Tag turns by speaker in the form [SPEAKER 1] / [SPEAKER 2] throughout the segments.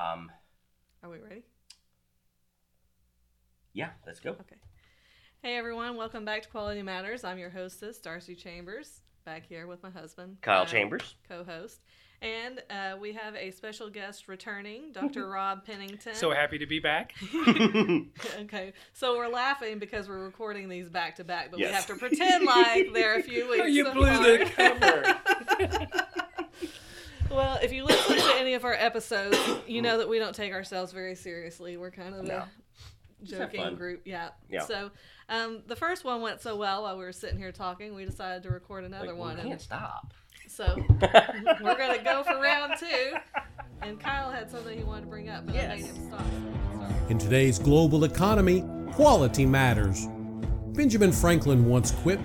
[SPEAKER 1] Um,
[SPEAKER 2] Are we ready?
[SPEAKER 1] Yeah, let's go.
[SPEAKER 2] Okay. Hey everyone, welcome back to Quality Matters. I'm your hostess, Darcy Chambers, back here with my husband, uh,
[SPEAKER 1] Kyle Chambers.
[SPEAKER 2] co-host, and uh, we have a special guest returning, Dr. Rob Pennington.
[SPEAKER 3] So happy to be back.
[SPEAKER 2] okay, so we're laughing because we're recording these back to back, but we have
[SPEAKER 1] Yes.
[SPEAKER 2] to pretend like they're a few weeks.
[SPEAKER 3] Oh, you blew the
[SPEAKER 2] apart.
[SPEAKER 3] cover.
[SPEAKER 2] Well, if you listen to any of our episodes, you know that we don't take ourselves very seriously. We're kind of
[SPEAKER 1] No.
[SPEAKER 2] a
[SPEAKER 1] have fun.
[SPEAKER 2] joking group. Yeah.
[SPEAKER 1] Yeah.
[SPEAKER 2] So um, the first one went so well while we were sitting here talking, we decided to record another
[SPEAKER 1] Like,
[SPEAKER 2] one.
[SPEAKER 1] We
[SPEAKER 2] And
[SPEAKER 1] can't stop.
[SPEAKER 2] so we're going to go for round two. And Kyle had something he wanted to bring up, but I made
[SPEAKER 1] Yes.
[SPEAKER 2] him stop. So-
[SPEAKER 4] In today's global economy, quality matters. Benjamin Franklin once quipped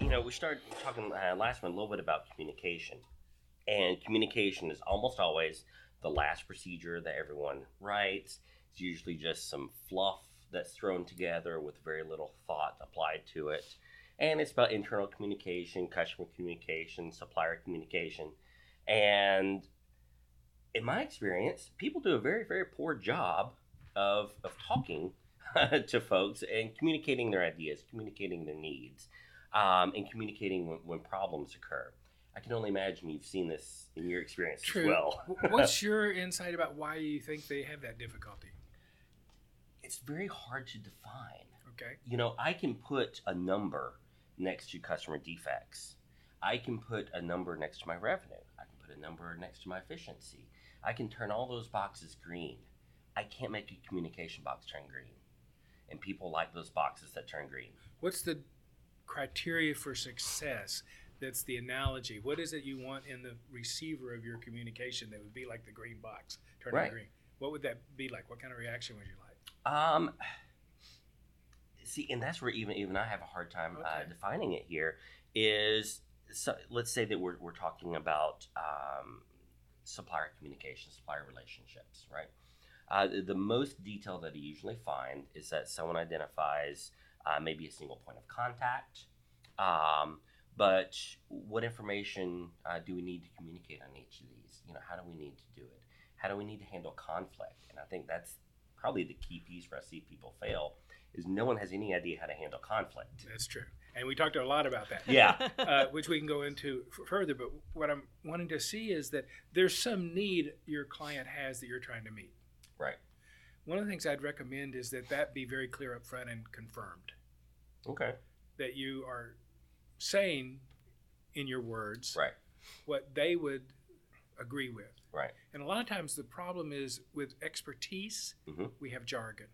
[SPEAKER 1] you know, we started talking uh, last one a little bit about communication. And communication is almost always the last procedure that everyone writes. It's usually just some fluff that's thrown together with very little thought applied to it. And it's about internal communication, customer communication, supplier communication. And in my experience, people do a very, very poor job of, of talking to folks and communicating their ideas, communicating their needs, um, and communicating when, when problems occur. I can only imagine you've seen this in your experience as
[SPEAKER 3] True.
[SPEAKER 1] well.
[SPEAKER 3] W- What's your insight about why you think they have that difficulty?
[SPEAKER 1] It's very hard to define.
[SPEAKER 3] Okay.
[SPEAKER 1] you know, I can put a number next to customer defects. I can put a number next to my revenue. I can put a number next to my efficiency. I can turn all those boxes green. I can't make a communication box turn green. And people like those boxes that turn green.
[SPEAKER 3] What's the criteria for success? That's the analogy. What is it you want in the receiver of your communication that would be like the green box turning
[SPEAKER 1] Right.
[SPEAKER 3] green? What would that be like? What kind of reaction would you like?
[SPEAKER 1] Um, see, and that's where even even I have a hard time uh,
[SPEAKER 3] Okay.
[SPEAKER 1] defining it. Here is so, let's say that we're we're talking about um, supplier communication, supplier relationships, right? Uh, the, the most detail that I usually find is that someone identifies uh, maybe a single point of contact, um, but what information uh, do we need to communicate on each of these? You know, how do we need to do it? How do we need to handle conflict? And I think that's probably the key piece where I see people fail is no one has any idea how to handle conflict.
[SPEAKER 3] That's true. And we talked a lot about that.
[SPEAKER 1] Yeah.
[SPEAKER 3] uh, which we can go into f- further. But what I'm wanting to see is that there's some need your client has that you're trying to meet.
[SPEAKER 1] right.
[SPEAKER 3] One of the things I'd recommend is that that be very clear up front and confirmed
[SPEAKER 1] Okay.
[SPEAKER 3] that you are saying in your words
[SPEAKER 1] Right.
[SPEAKER 3] what they would agree with.
[SPEAKER 1] Right.
[SPEAKER 3] And a lot of times the problem is with expertise,
[SPEAKER 1] Mhm.
[SPEAKER 3] we have jargon,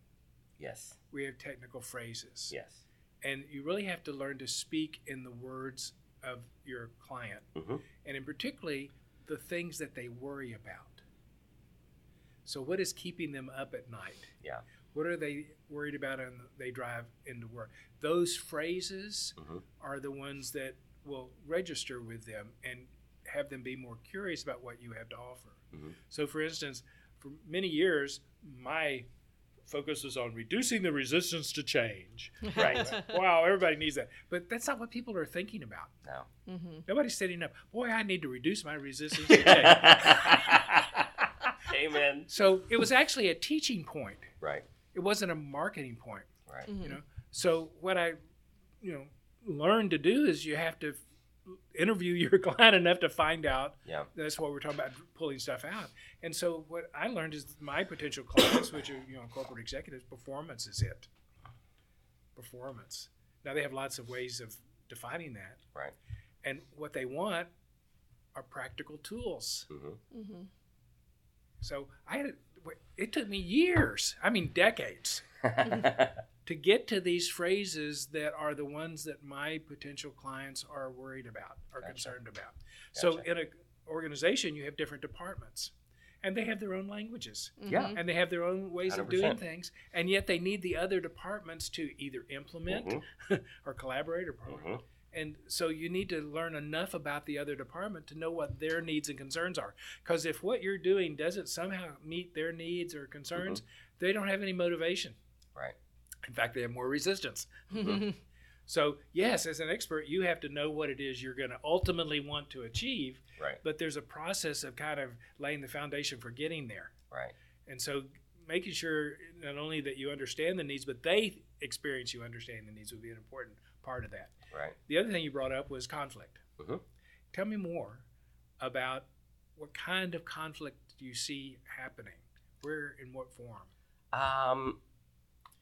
[SPEAKER 1] Yes.
[SPEAKER 3] we have technical phrases.
[SPEAKER 1] Yes.
[SPEAKER 3] And you really have to learn to speak in the words of your client
[SPEAKER 1] hmm
[SPEAKER 3] and in particularly the things that they worry about. So, what is keeping them up at night?
[SPEAKER 1] Yeah.
[SPEAKER 3] What are they worried about and they drive into work? Those phrases
[SPEAKER 1] Mhm.
[SPEAKER 3] are the ones that will register with them and have them be more curious about what you have to offer.
[SPEAKER 1] Mhm.
[SPEAKER 3] So, for instance, for many years, my focus was on reducing the resistance to change.
[SPEAKER 1] Right.
[SPEAKER 3] wow, everybody needs that. But that's not what people are thinking about.
[SPEAKER 1] No.
[SPEAKER 2] Mhm.
[SPEAKER 3] Nobody's sitting up. Boy, I need to reduce my resistance today.
[SPEAKER 1] Amen.
[SPEAKER 3] so it was actually a teaching point.
[SPEAKER 1] Right.
[SPEAKER 3] It wasn't a marketing point.
[SPEAKER 1] Right.
[SPEAKER 2] Mhm.
[SPEAKER 3] You know. So what I, you know, learned to do is you have to interview your client enough to find out.
[SPEAKER 1] Yeah.
[SPEAKER 3] That's what we're talking about, pulling stuff out. And so what I learned is my potential clients, which are you know corporate executives, performance is it. Performance. Now they have lots of ways of defining that,
[SPEAKER 1] Right.
[SPEAKER 3] and what they want are practical tools.
[SPEAKER 1] hmm
[SPEAKER 2] Mhm.
[SPEAKER 3] So I had it took me years, I mean decades, to get to these phrases that are the ones that my potential clients are worried about, are
[SPEAKER 1] Gotcha.
[SPEAKER 3] concerned about. So
[SPEAKER 1] Gotcha.
[SPEAKER 3] in an organization, you have different departments, and they have their own languages
[SPEAKER 1] Yeah.
[SPEAKER 3] and they have their own ways of doing
[SPEAKER 1] 100%.
[SPEAKER 3] things and yet they need the other departments to either implement
[SPEAKER 1] Mhm.
[SPEAKER 3] or collaborate or partner
[SPEAKER 1] Mhm.
[SPEAKER 3] and so you need to learn enough about the other department to know what their needs and concerns are because if what you're doing doesn't somehow meet their needs or concerns they don't have any motivation
[SPEAKER 1] Right.
[SPEAKER 3] in fact they have more resistance so yes as an expert you have to know what it is you're going to ultimately want to achieve
[SPEAKER 1] Right.
[SPEAKER 3] but there's a process of kind of laying the foundation for getting there
[SPEAKER 1] Right.
[SPEAKER 3] and so making sure not only that you understand the needs, but they experience you understanding the needs would be an important part of that.
[SPEAKER 1] Right.
[SPEAKER 3] The other thing you brought up was conflict.
[SPEAKER 1] Mhm.
[SPEAKER 3] Tell me more about what kind of conflict you see happening. Where in what form?
[SPEAKER 1] Um.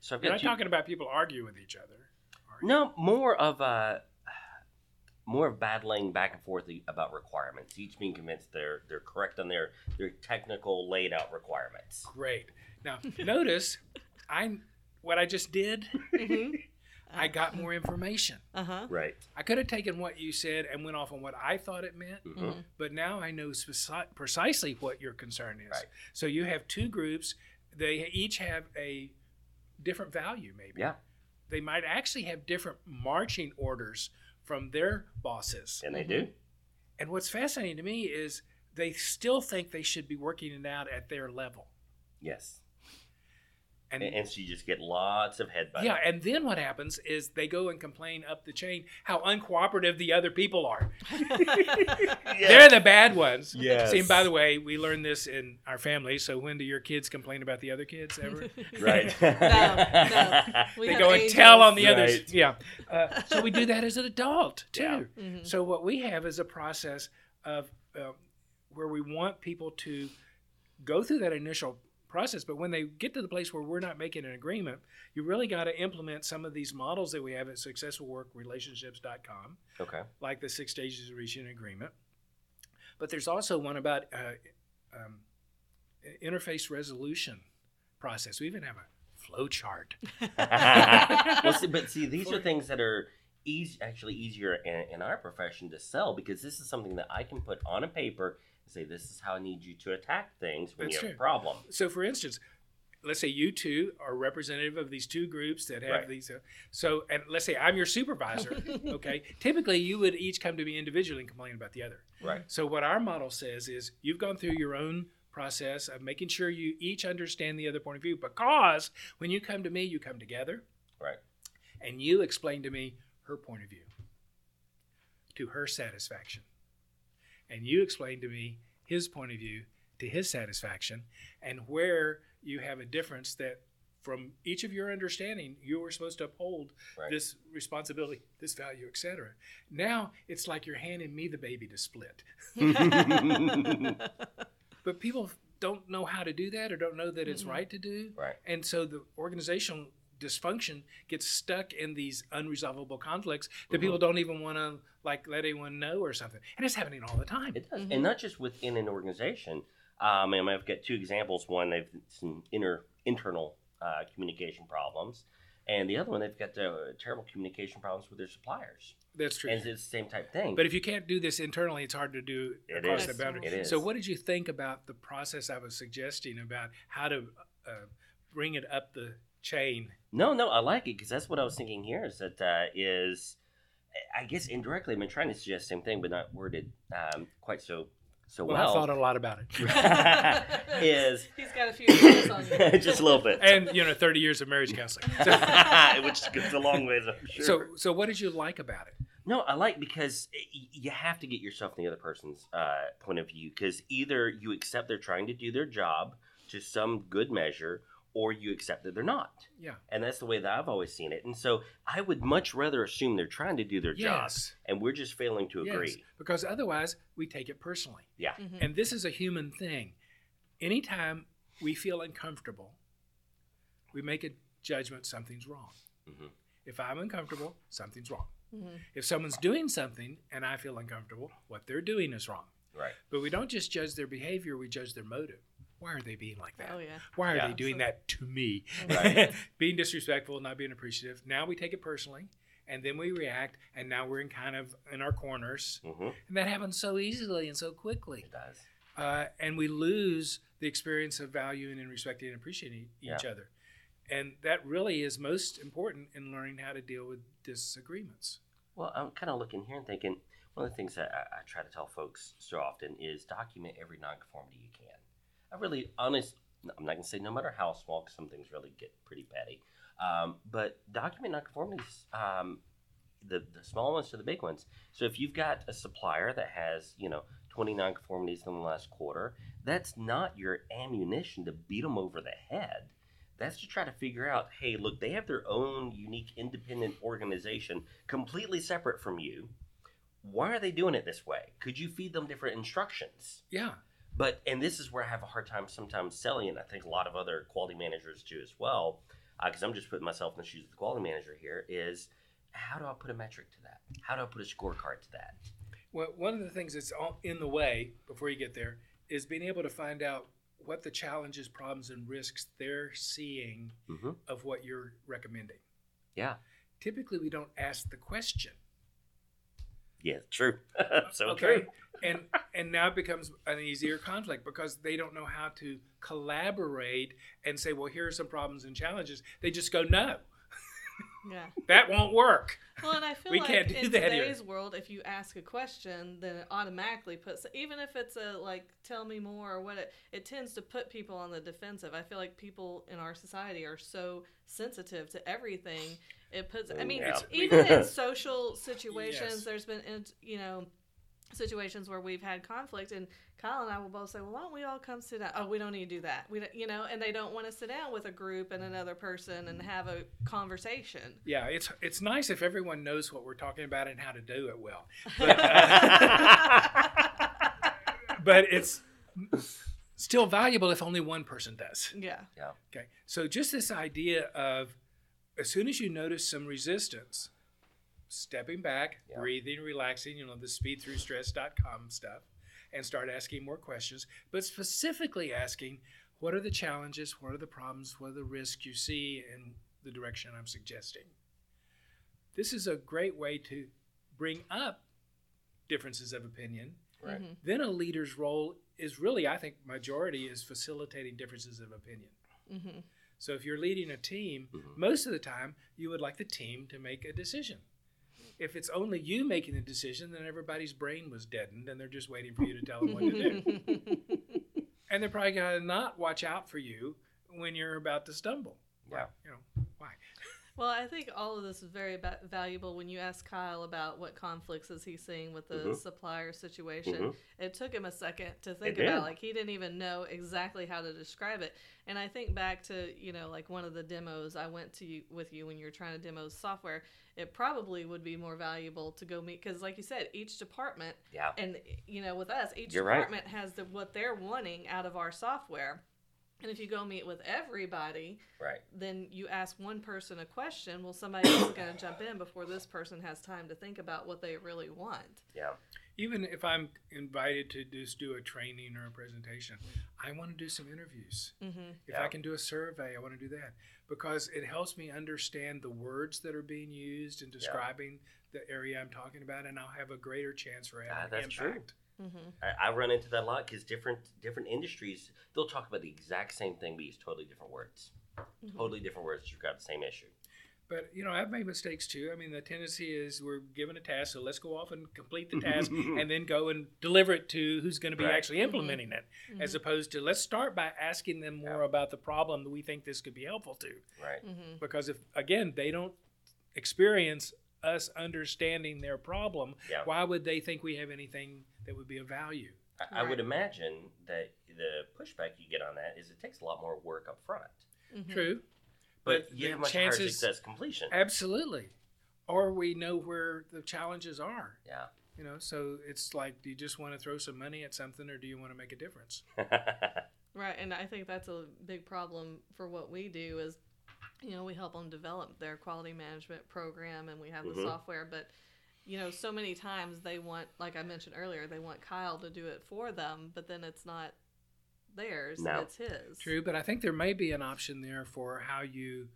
[SPEAKER 1] So I've
[SPEAKER 3] You're
[SPEAKER 1] got
[SPEAKER 3] not
[SPEAKER 1] two-
[SPEAKER 3] talking about people arguing with each other. are you?
[SPEAKER 1] No, more of a more of battling back and forth e-, about requirements. Each being convinced they're they're correct on their their technical laid out requirements.
[SPEAKER 3] Great. Now notice, I what I just did.
[SPEAKER 2] Mm-hmm.
[SPEAKER 3] I got more information.
[SPEAKER 2] Uh huh.
[SPEAKER 1] Right.
[SPEAKER 3] I could have taken what you said and went off on what I thought it meant.
[SPEAKER 1] hmm
[SPEAKER 2] Mm-hmm.
[SPEAKER 3] but now I know speci- precisely what your concern is.
[SPEAKER 1] Right.
[SPEAKER 3] So you have two groups. They each have a different value, maybe.
[SPEAKER 1] Yeah,
[SPEAKER 3] They might actually have different marching orders from their bosses.
[SPEAKER 1] and they do.
[SPEAKER 3] And what's fascinating to me is they still think they should be working it out at their level.
[SPEAKER 1] Yes.
[SPEAKER 3] And,
[SPEAKER 1] And, and so you just get lots of headbutting.
[SPEAKER 3] yeah, and then what happens is they go and complain up the chain how uncooperative the other people are. They're the bad ones.
[SPEAKER 1] Yes.
[SPEAKER 3] See, and by the way, we learned this in our family. So when do your kids complain about the other kids ever?
[SPEAKER 1] Right.
[SPEAKER 2] no. We
[SPEAKER 3] they
[SPEAKER 2] have
[SPEAKER 3] go and
[SPEAKER 2] angels.
[SPEAKER 3] tell on the
[SPEAKER 1] Right.
[SPEAKER 3] others. Yeah. Uh, so we do that as an adult too.
[SPEAKER 1] Yeah.
[SPEAKER 2] Mm-hmm.
[SPEAKER 3] So what we have is a process of um, where we want people to go through that initial process, but when they get to the place where we're not making an agreement, you really got to implement some of these models that we have at successfulworkrelationships.com
[SPEAKER 1] Okay.
[SPEAKER 3] like the six stages of reaching an agreement. But there's also one about uh, um, i- interface resolution process. We even have a flow chart.
[SPEAKER 1] well, see, but see, these are things that are easy, actually easier in, in our profession to sell because this is something that I can put on a paper and say, "This is how I need you to attack things when
[SPEAKER 3] That's
[SPEAKER 1] you have
[SPEAKER 3] true.
[SPEAKER 1] a problem."
[SPEAKER 3] So, for instance, let's say you two are representative of these two groups that have
[SPEAKER 1] Right.
[SPEAKER 3] these. Uh, so, and let's say I'm your supervisor. okay, typically you would each come to me individually and complain about the other.
[SPEAKER 1] Right.
[SPEAKER 3] So what our model says is you've gone through your own process of making sure you each understand the other point of view because when you come to me, you come together.
[SPEAKER 1] Right.
[SPEAKER 3] And you explain to me her point of view to her satisfaction. And you explain to me his point of view to his satisfaction and where you have a difference that from each of your understanding you were supposed to uphold
[SPEAKER 1] Right.
[SPEAKER 3] this responsibility this value etc now it's like you're handing me the baby to split but people don't know how to do that or don't know that it's right to do
[SPEAKER 1] Right.
[SPEAKER 3] and so the organizational dysfunction gets stuck in these unresolvable conflicts that
[SPEAKER 1] Mhm.
[SPEAKER 3] people don't even want to like let anyone know or something and it's happening all the time
[SPEAKER 1] It does, and not just within an organization. Um, and I've got two examples. One, they've some inner internal uh, communication problems, and the other one, they've got the terrible communication problems with their suppliers.
[SPEAKER 3] that's true
[SPEAKER 1] And it's the same type thing.
[SPEAKER 3] but if you can't do this internally it's hard to do
[SPEAKER 1] It
[SPEAKER 3] across
[SPEAKER 2] is.
[SPEAKER 3] the boundary
[SPEAKER 2] It
[SPEAKER 1] is.
[SPEAKER 3] so what did you think about the process i was suggesting about how to uh, bring it up the chain
[SPEAKER 1] no, no, I like it because that's what I was thinking here. Is that uh, is, I guess indirectly, I've been trying to suggest the same thing, but not worded um, quite so so
[SPEAKER 3] well,
[SPEAKER 1] well.
[SPEAKER 3] i thought a lot about it
[SPEAKER 1] is
[SPEAKER 2] He's got a few years on you.
[SPEAKER 1] just a little bit,
[SPEAKER 3] and you know 30 years of marriage counseling so,
[SPEAKER 1] which goes a long ways. I'm sure.
[SPEAKER 3] so so what did you like about it
[SPEAKER 1] No, I like because y- y- you have to get yourself in the other person's uh, point of view because either you accept they're trying to do their job to some good measure, or you accept that they're not.
[SPEAKER 3] yeah
[SPEAKER 1] And that's the way that I've always seen it. And so I would much rather assume they're trying to do their job
[SPEAKER 3] Yes.
[SPEAKER 1] and we're just failing to agree.
[SPEAKER 3] Yes, because otherwise we take it personally.
[SPEAKER 1] Yeah.
[SPEAKER 3] And this is a human thing. Anytime we feel uncomfortable, we make a judgment something's wrong.
[SPEAKER 1] Mhm.
[SPEAKER 3] If I'm uncomfortable, something's wrong.
[SPEAKER 2] Mm-hmm.
[SPEAKER 3] If someone's doing something and I feel uncomfortable, what they're doing is wrong.
[SPEAKER 1] Right.
[SPEAKER 3] But we don't just judge their behavior, we judge their motive. Why are they being like that?
[SPEAKER 2] Oh, yeah.
[SPEAKER 3] Why are
[SPEAKER 1] Yeah.
[SPEAKER 3] they doing that to me?
[SPEAKER 1] Right.
[SPEAKER 3] being disrespectful, not being appreciative. Now we take it personally and then we react and now we're in kind of in our corners
[SPEAKER 1] Mm-hmm.
[SPEAKER 3] and that happens so easily and so quickly.
[SPEAKER 1] It does.
[SPEAKER 3] uh, and we lose the experience of valuing and respecting and appreciating e-, each
[SPEAKER 1] Yeah.
[SPEAKER 3] other. And that really is most important in learning how to deal with disagreements.
[SPEAKER 1] Well, I'm kind of looking here and thinking one of the things that I, I try to tell folks so often is document every nonconformity you can. I really, honest, I'm not going to say no matter how small, 'cause some things really get pretty petty. Um, but document nonconformities, um, the, the small ones to the big ones. So if you've got a supplier that has, you know, 20 nonconformities in the last quarter, that's not your ammunition to beat them over the head. That's to try to figure out, hey, look, they have their own unique independent organization completely separate from you. Why are they doing it this way? Could you feed them different instructions?
[SPEAKER 3] Yeah.
[SPEAKER 1] But and this is where I have a hard time sometimes selling, and I think a lot of other quality managers do as well, because I'm just putting myself in the shoes of the quality manager here. Is how do I put a metric to that? How do I put a scorecard to that?
[SPEAKER 3] Well, one of the things that's all in the way before you get there is being able to find out what the challenges, problems, and risks they're seeing
[SPEAKER 1] Mm-hmm.
[SPEAKER 3] of what you're recommending.
[SPEAKER 1] Yeah.
[SPEAKER 3] Typically, we don't ask the question.
[SPEAKER 1] Yeah. True. so true.
[SPEAKER 3] and and now it becomes an easier conflict because they don't know how to collaborate and say, well, here are some problems and challenges. They just go, no,
[SPEAKER 2] Yeah.
[SPEAKER 3] that won't work.
[SPEAKER 2] Well, and I feel
[SPEAKER 3] We
[SPEAKER 2] like
[SPEAKER 3] can't do
[SPEAKER 2] in
[SPEAKER 3] that here.
[SPEAKER 2] today's world, if you ask a question, then it automatically puts, even if it's a like, tell me more or what it, it tends to put people on the defensive. I feel like people in our society are so sensitive to everything. It puts, I mean,
[SPEAKER 1] Yeah.
[SPEAKER 2] even in social situations,
[SPEAKER 3] Yes.
[SPEAKER 2] there's been, in- you know, situations where we've had conflict and Kyle and I will both say, well, why don't we all come sit down? Oh, we don't need to do that. We don't, you know, and they don't want to sit down with a group and another person and have a conversation.
[SPEAKER 3] Yeah, it's it's nice if everyone knows what we're talking about and how to do it well. but it's still valuable if only one person does.
[SPEAKER 2] yeah.
[SPEAKER 3] Okay. So just this idea of as soon as you notice some resistance, stepping back,
[SPEAKER 1] Yeah.
[SPEAKER 3] breathing, relaxing, you know, the speedthroughstress.com stuff, and start asking more questions, but specifically asking what are the challenges, what are the problems, what are the risks you see in the direction I'm suggesting. This is a great way to bring up differences of opinion
[SPEAKER 1] Right.
[SPEAKER 2] Mhm.
[SPEAKER 3] then a leader's role is really, I think, majority is facilitating differences of opinion.
[SPEAKER 2] Mhm.
[SPEAKER 3] So if you're leading a team,
[SPEAKER 1] Mhm.
[SPEAKER 3] most of the time you would like the team to make a decision. If it's only you making the decision, then everybody's brain was deadened and they're just waiting for you to tell them what to do. and they're probably going to not watch out for you when you're about to stumble.
[SPEAKER 1] Yeah.
[SPEAKER 3] You know, why?
[SPEAKER 2] Well, I think all of this is very ba- valuable when you ask Kyle about what conflicts is he seeing with the
[SPEAKER 1] Mhm.
[SPEAKER 2] supplier situation.
[SPEAKER 1] Mhm.
[SPEAKER 2] It took him a second to think
[SPEAKER 1] It
[SPEAKER 2] about
[SPEAKER 1] did.
[SPEAKER 2] like he didn't even know exactly how to describe it. And I think back to, you know, like one of the demos I went to you, with you when you were trying to demo software, it probably would be more valuable to go meet cuz like you said, each department
[SPEAKER 1] Yeah.
[SPEAKER 2] and you know with us each
[SPEAKER 1] You're right.
[SPEAKER 2] department has the, what they're wanting out of our software. And if you go meet with everybody,
[SPEAKER 1] Right.
[SPEAKER 2] then you ask one person a question, well, somebody else is going to jump in before this person has time to think about what they really want.
[SPEAKER 1] Yeah.
[SPEAKER 3] Even if I'm invited to just do a training or a presentation, I want to do some interviews.
[SPEAKER 2] Mm-hmm.
[SPEAKER 3] If
[SPEAKER 1] Yeah.
[SPEAKER 3] I can do a survey, I want to do that because it helps me understand the words that are being used in describing the area I'm talking about, and I'll have a greater chance for having
[SPEAKER 1] Ah,
[SPEAKER 3] an
[SPEAKER 1] that's true.
[SPEAKER 3] impact.
[SPEAKER 2] Mm-hmm.
[SPEAKER 1] I, I run into that a lot because different different industries they'll talk about the exact same thing but use totally different words.
[SPEAKER 3] Mm-hmm.
[SPEAKER 2] Mhm.
[SPEAKER 1] Totally different words. You've got the same issue.
[SPEAKER 3] But you know, I've made mistakes too. I mean, the tendency is we're given a task, so let's go off and complete the task, and then go and deliver it to who's going to be
[SPEAKER 1] Right.
[SPEAKER 3] actually implementing it,
[SPEAKER 2] Mm-hmm.
[SPEAKER 3] as opposed to let's start by asking them more about the problem that we think this could be helpful to.
[SPEAKER 1] Right.
[SPEAKER 2] Mm-hmm.
[SPEAKER 3] because if again they don't experience us understanding their problem
[SPEAKER 1] Yeah.
[SPEAKER 3] why would they think we have anything that would be of value
[SPEAKER 1] I, I
[SPEAKER 2] Right.
[SPEAKER 1] would imagine that the pushback you get on that is it takes a lot more work up front,
[SPEAKER 2] Mm-hmm.
[SPEAKER 3] true
[SPEAKER 1] but,
[SPEAKER 3] But
[SPEAKER 1] you
[SPEAKER 3] the
[SPEAKER 1] have much higher
[SPEAKER 3] chances-
[SPEAKER 1] success completion.
[SPEAKER 3] absolutely or we know where the challenges are
[SPEAKER 1] yeah.
[SPEAKER 3] you know so it's like do you just want to throw some money at something or do you want to make a difference
[SPEAKER 2] Right. And I think that's a big problem for what we do is, you know, we help them develop their quality management program and we have the
[SPEAKER 1] Mhm.
[SPEAKER 2] software, but you know, so many times they want, like I mentioned earlier, they want Kyle to do it for them, but then it's not theirs.
[SPEAKER 1] No.
[SPEAKER 2] It's his.
[SPEAKER 3] true but i think there may be an option there for how you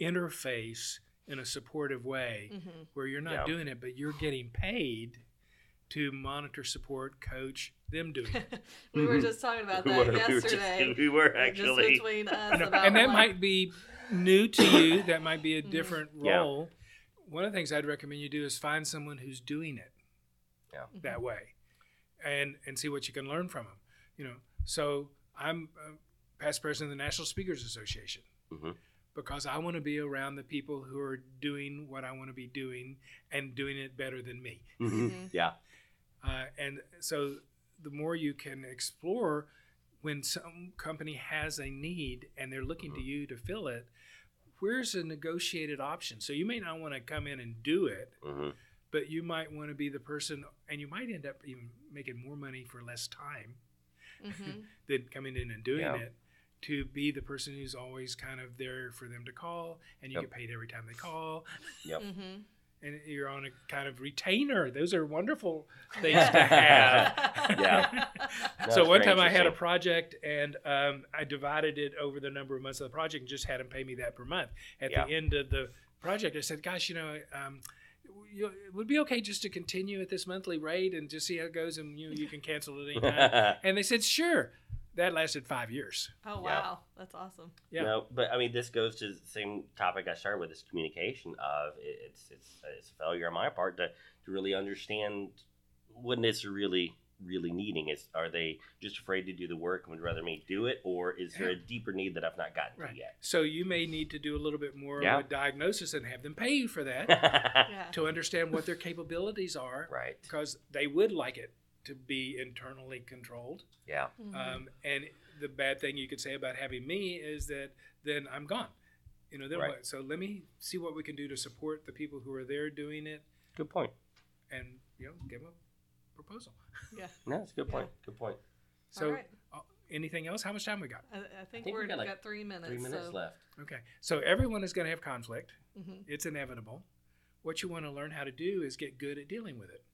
[SPEAKER 3] interface in a supportive way
[SPEAKER 2] Mm-hmm. Hmm.
[SPEAKER 3] where you're not
[SPEAKER 1] Yeah.
[SPEAKER 3] doing it but you're getting paid to monitor, support, coach them doing it.
[SPEAKER 2] we were just talking about
[SPEAKER 1] Mm-hmm. We
[SPEAKER 2] that
[SPEAKER 1] were- we were just-
[SPEAKER 2] yesterday.
[SPEAKER 1] we were
[SPEAKER 2] Like, just
[SPEAKER 1] actually.
[SPEAKER 2] between us about
[SPEAKER 3] and that
[SPEAKER 2] like,
[SPEAKER 3] might be new to you. That might be a different
[SPEAKER 1] Yeah.
[SPEAKER 3] role. One of the things I'd recommend you do is find someone who's doing it
[SPEAKER 1] Yeah.
[SPEAKER 2] Mm-hmm.
[SPEAKER 3] that way, and and see what you can learn from them. You know, so I'm a past president of the National Speakers Association
[SPEAKER 1] Mhm.
[SPEAKER 3] because I want to be around the people who are doing what I want to be doing and doing it better than me.
[SPEAKER 2] Mhm.
[SPEAKER 1] Mm-hmm. Yeah.
[SPEAKER 3] Uh, and so the more you can explore when some company has a need and they're looking
[SPEAKER 1] Mm-hmm.
[SPEAKER 3] to you to fill it, where's a negotiated option? So you may not want to come in and do it,
[SPEAKER 1] hmm
[SPEAKER 3] but you might want to be the person, and you might end up even making more money for less time
[SPEAKER 2] mhm.
[SPEAKER 3] than coming in and doing
[SPEAKER 1] Yeah.
[SPEAKER 3] it. To be the person who's always kind of there for them to call, and you
[SPEAKER 1] Yep.
[SPEAKER 3] get paid every time they call,
[SPEAKER 1] Yep.
[SPEAKER 2] Mhm.
[SPEAKER 3] and you're on a kind of retainer. Those are wonderful things to have.
[SPEAKER 1] Yeah. No,
[SPEAKER 3] so
[SPEAKER 1] it's
[SPEAKER 3] one
[SPEAKER 1] very
[SPEAKER 3] time I had a
[SPEAKER 1] interesting.
[SPEAKER 3] project and um, I divided it over the number of months of the project and just had them pay me that per month. At the end of the project, I said, "Gosh, you know, um, you, it would be okay just to continue at this monthly rate and just see how it goes, and you you can cancel it anytime." and they said, "Sure." That lasted five years.
[SPEAKER 2] Oh
[SPEAKER 1] Yeah.
[SPEAKER 2] wow, that's awesome.
[SPEAKER 3] Yeah.
[SPEAKER 1] No, but I mean, this goes to the same topic I started with: is communication. Of it- it's it's it's a failure on my part to to really understand what it is they're really really needing. Is are they just afraid to do the work and would rather me do it, or is there a deeper need that I've not gotten
[SPEAKER 3] Right.
[SPEAKER 1] to yet?
[SPEAKER 3] So you may need to do a little bit more
[SPEAKER 1] Yeah.
[SPEAKER 3] of a diagnosis and have them pay you for that
[SPEAKER 1] right.
[SPEAKER 2] Yeah.
[SPEAKER 3] to understand what their capabilities are, because they would like it to be internally controlled.
[SPEAKER 1] Yeah.
[SPEAKER 2] Mhm.
[SPEAKER 3] Um, and the bad thing you could say about having me is that then I'm gone. You know, then
[SPEAKER 1] Right.
[SPEAKER 3] what? So let me see what we can do to support the people who are there doing it,
[SPEAKER 1] Good point.
[SPEAKER 3] and you know, give them a proposal.
[SPEAKER 2] yeah.
[SPEAKER 1] No, it's a good
[SPEAKER 2] Yeah.
[SPEAKER 1] point. Good point.
[SPEAKER 3] So,
[SPEAKER 2] All right.
[SPEAKER 3] uh, anything else? How much time we got?
[SPEAKER 2] I, I think,
[SPEAKER 1] we
[SPEAKER 2] we're
[SPEAKER 1] got,
[SPEAKER 2] got,
[SPEAKER 1] like,
[SPEAKER 2] three minutes.
[SPEAKER 1] Three minutes
[SPEAKER 2] so,
[SPEAKER 1] left.
[SPEAKER 3] Okay. So everyone is going to have conflict.
[SPEAKER 2] Mhm.
[SPEAKER 3] It's inevitable. What you want to learn how to do is get good at dealing with it.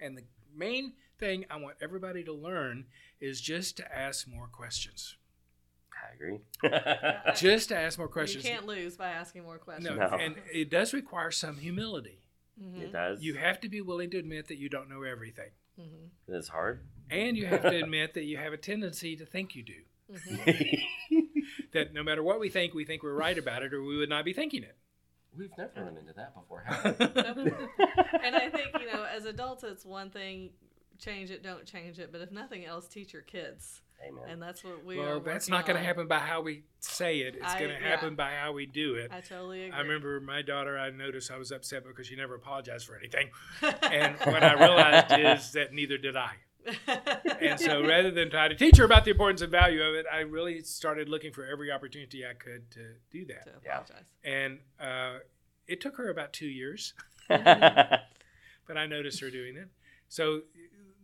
[SPEAKER 3] And the main thing I want everybody to learn is just to ask more questions.
[SPEAKER 1] I agree.
[SPEAKER 2] Yeah.
[SPEAKER 3] Just to ask more
[SPEAKER 2] You
[SPEAKER 3] questions.
[SPEAKER 2] can't lose by asking more
[SPEAKER 3] No,
[SPEAKER 2] questions.
[SPEAKER 1] No.
[SPEAKER 3] and it does require some humility.
[SPEAKER 2] Mhm.
[SPEAKER 1] it does.
[SPEAKER 3] You have to be willing to admit that you don't know everything,
[SPEAKER 2] Mhm.
[SPEAKER 1] It's hard.
[SPEAKER 3] and you have to admit that you have a tendency to think you do.
[SPEAKER 2] Mhm.
[SPEAKER 3] That no matter what we think, we think we're right about it, or we would not be thinking it.
[SPEAKER 1] We've never run into that before, have we?
[SPEAKER 2] Mm-hmm. and I think you know, as adults, it's one thing: change it, don't change it. But if nothing else, teach your kids,
[SPEAKER 1] Amen.
[SPEAKER 2] and that's what we are.
[SPEAKER 3] well, that's
[SPEAKER 2] working
[SPEAKER 3] not going to
[SPEAKER 2] on.
[SPEAKER 3] happen by how we say it. It's
[SPEAKER 2] I-
[SPEAKER 3] going to
[SPEAKER 2] yeah.
[SPEAKER 3] happen by how we do it.
[SPEAKER 2] I totally agree.
[SPEAKER 3] I remember my daughter. I noticed I was upset because she never apologized for anything, and what I realized is that neither did I. And so, rather than try to teach her about the importance and value of it, I really started looking for every opportunity I could to do that.
[SPEAKER 2] to
[SPEAKER 1] Yeah.
[SPEAKER 2] apologize.
[SPEAKER 3] and uh, it took her about two years,
[SPEAKER 2] mm-hmm.
[SPEAKER 3] but I noticed her doing it. So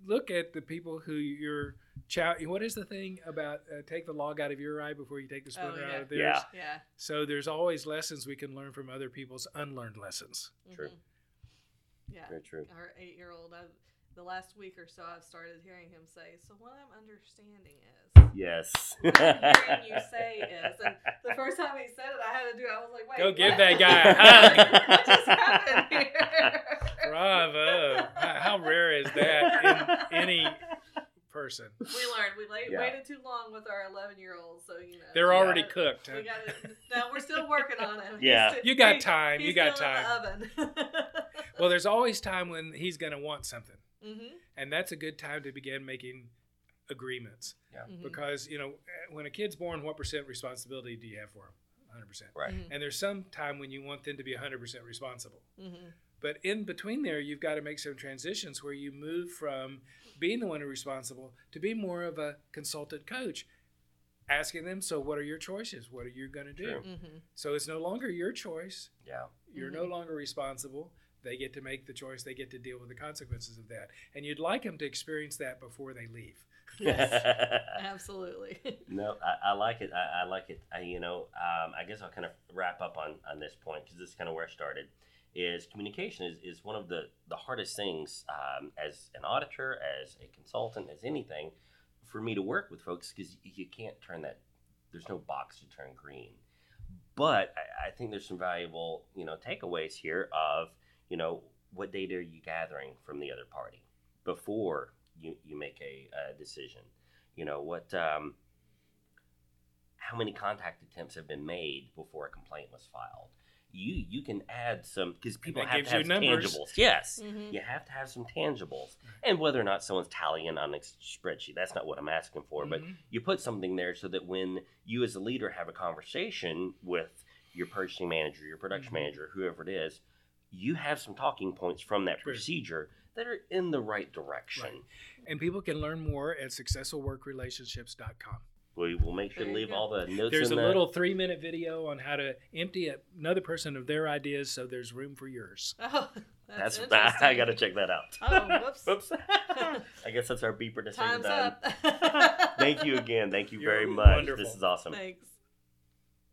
[SPEAKER 3] look at the people who you're. Chow- what is the thing about uh, take the log out of your eye before you take the splinter
[SPEAKER 2] Oh, yeah.
[SPEAKER 3] out of theirs?
[SPEAKER 1] Yeah.
[SPEAKER 2] Yeah.
[SPEAKER 3] So there's always lessons we can learn from other people's unlearned lessons.
[SPEAKER 1] True.
[SPEAKER 2] Mhm. Mm-hmm. Yeah.
[SPEAKER 1] Very true.
[SPEAKER 2] Our eight-year-old. I've, the last week or so, I've started hearing him say, "So what I'm understanding is."
[SPEAKER 1] Yes.
[SPEAKER 2] What I'm hearing you say is, and the first time he said it, I had to do. it. I was like, "Wait,
[SPEAKER 3] Go give
[SPEAKER 2] what?
[SPEAKER 3] that guy a hug.
[SPEAKER 2] what just happened here?"
[SPEAKER 3] Bravo! How how rare is that in any person?
[SPEAKER 2] We learned. We late,
[SPEAKER 1] Yeah.
[SPEAKER 2] waited too long with our 11 year olds, so you know.
[SPEAKER 3] They're
[SPEAKER 2] we
[SPEAKER 3] already
[SPEAKER 2] gotta-
[SPEAKER 3] cooked.
[SPEAKER 2] We got to, no, we're still working on it. He's
[SPEAKER 1] Yeah.
[SPEAKER 2] sti-
[SPEAKER 3] You got
[SPEAKER 2] he-
[SPEAKER 3] time. You
[SPEAKER 2] he's
[SPEAKER 3] got
[SPEAKER 2] still
[SPEAKER 3] time.
[SPEAKER 2] In the oven.
[SPEAKER 3] Well, there's always time when he's going to want something.
[SPEAKER 2] Mhm,
[SPEAKER 3] and that's a good time to begin making agreements
[SPEAKER 2] mhm,
[SPEAKER 1] Mm-hmm.
[SPEAKER 3] because you know eh, when a kid's born what percent responsibility do you have for them 100%
[SPEAKER 1] Right.
[SPEAKER 2] mhm,
[SPEAKER 3] and there's some time when you want them to be 100% responsible
[SPEAKER 2] mhm,
[SPEAKER 3] but in between there you've got to make some transitions where you move from being the one who's responsible to be more of a consultant coach asking them so what are your choices what are you going to do
[SPEAKER 1] True.
[SPEAKER 2] mhm.
[SPEAKER 3] so it's no longer your choice
[SPEAKER 1] Yeah.
[SPEAKER 3] you're
[SPEAKER 1] Mm-hmm.
[SPEAKER 3] no longer responsible. They get to make the choice. They get to deal with the consequences of that. And you'd like them to experience that before they leave.
[SPEAKER 2] Yes, absolutely.
[SPEAKER 1] no, I, I like it. I, I like it. I, you know, um, I guess I'll kind of wrap up on, on this point because this is kind of where I started. Is communication is, is one of the, the hardest things um, as an auditor, as a consultant, as anything for me to work with folks because you can't turn that, there's no box to turn green. But I, I think there's some valuable, you know, takeaways here of, you know, what data are you gathering from the other party before you, you make a, uh decision? You know, what, um, how many contact attempts have been made before a complaint was filed? You, you can add some because people
[SPEAKER 3] that
[SPEAKER 1] have to
[SPEAKER 3] gives you
[SPEAKER 1] have
[SPEAKER 3] numbers.
[SPEAKER 1] tangibles. Yes,
[SPEAKER 2] Mhm.
[SPEAKER 1] you have to have some tangibles, and whether or not someone's tallying on a spreadsheet, that's not what I'm asking for. But
[SPEAKER 3] Mhm.
[SPEAKER 1] you put something there so that when you as a leader have a conversation with your purchasing manager, your production
[SPEAKER 3] Mhm.
[SPEAKER 1] manager, whoever it is, you have some talking points from that
[SPEAKER 3] Sure.
[SPEAKER 1] procedure that are in the right direction.
[SPEAKER 3] Right. And people can learn more at successfulworkrelationships.com.
[SPEAKER 1] We will make sure to
[SPEAKER 2] There you
[SPEAKER 1] leave
[SPEAKER 2] go.
[SPEAKER 1] all the notes
[SPEAKER 3] There's a
[SPEAKER 1] in the
[SPEAKER 3] little three minute video on how to empty another person of their ideas so there's room for yours.
[SPEAKER 2] Oh,
[SPEAKER 1] that's
[SPEAKER 2] that's,
[SPEAKER 1] I
[SPEAKER 2] interesting.
[SPEAKER 1] gotta check that out.
[SPEAKER 2] Oh, whoops.
[SPEAKER 1] Oops. I guess that's our beeper to say we're
[SPEAKER 2] Time's
[SPEAKER 1] done.
[SPEAKER 2] up.
[SPEAKER 1] Thank you again. Thank you
[SPEAKER 3] You're
[SPEAKER 1] very much.
[SPEAKER 3] wonderful.
[SPEAKER 1] This is awesome.
[SPEAKER 2] Thanks.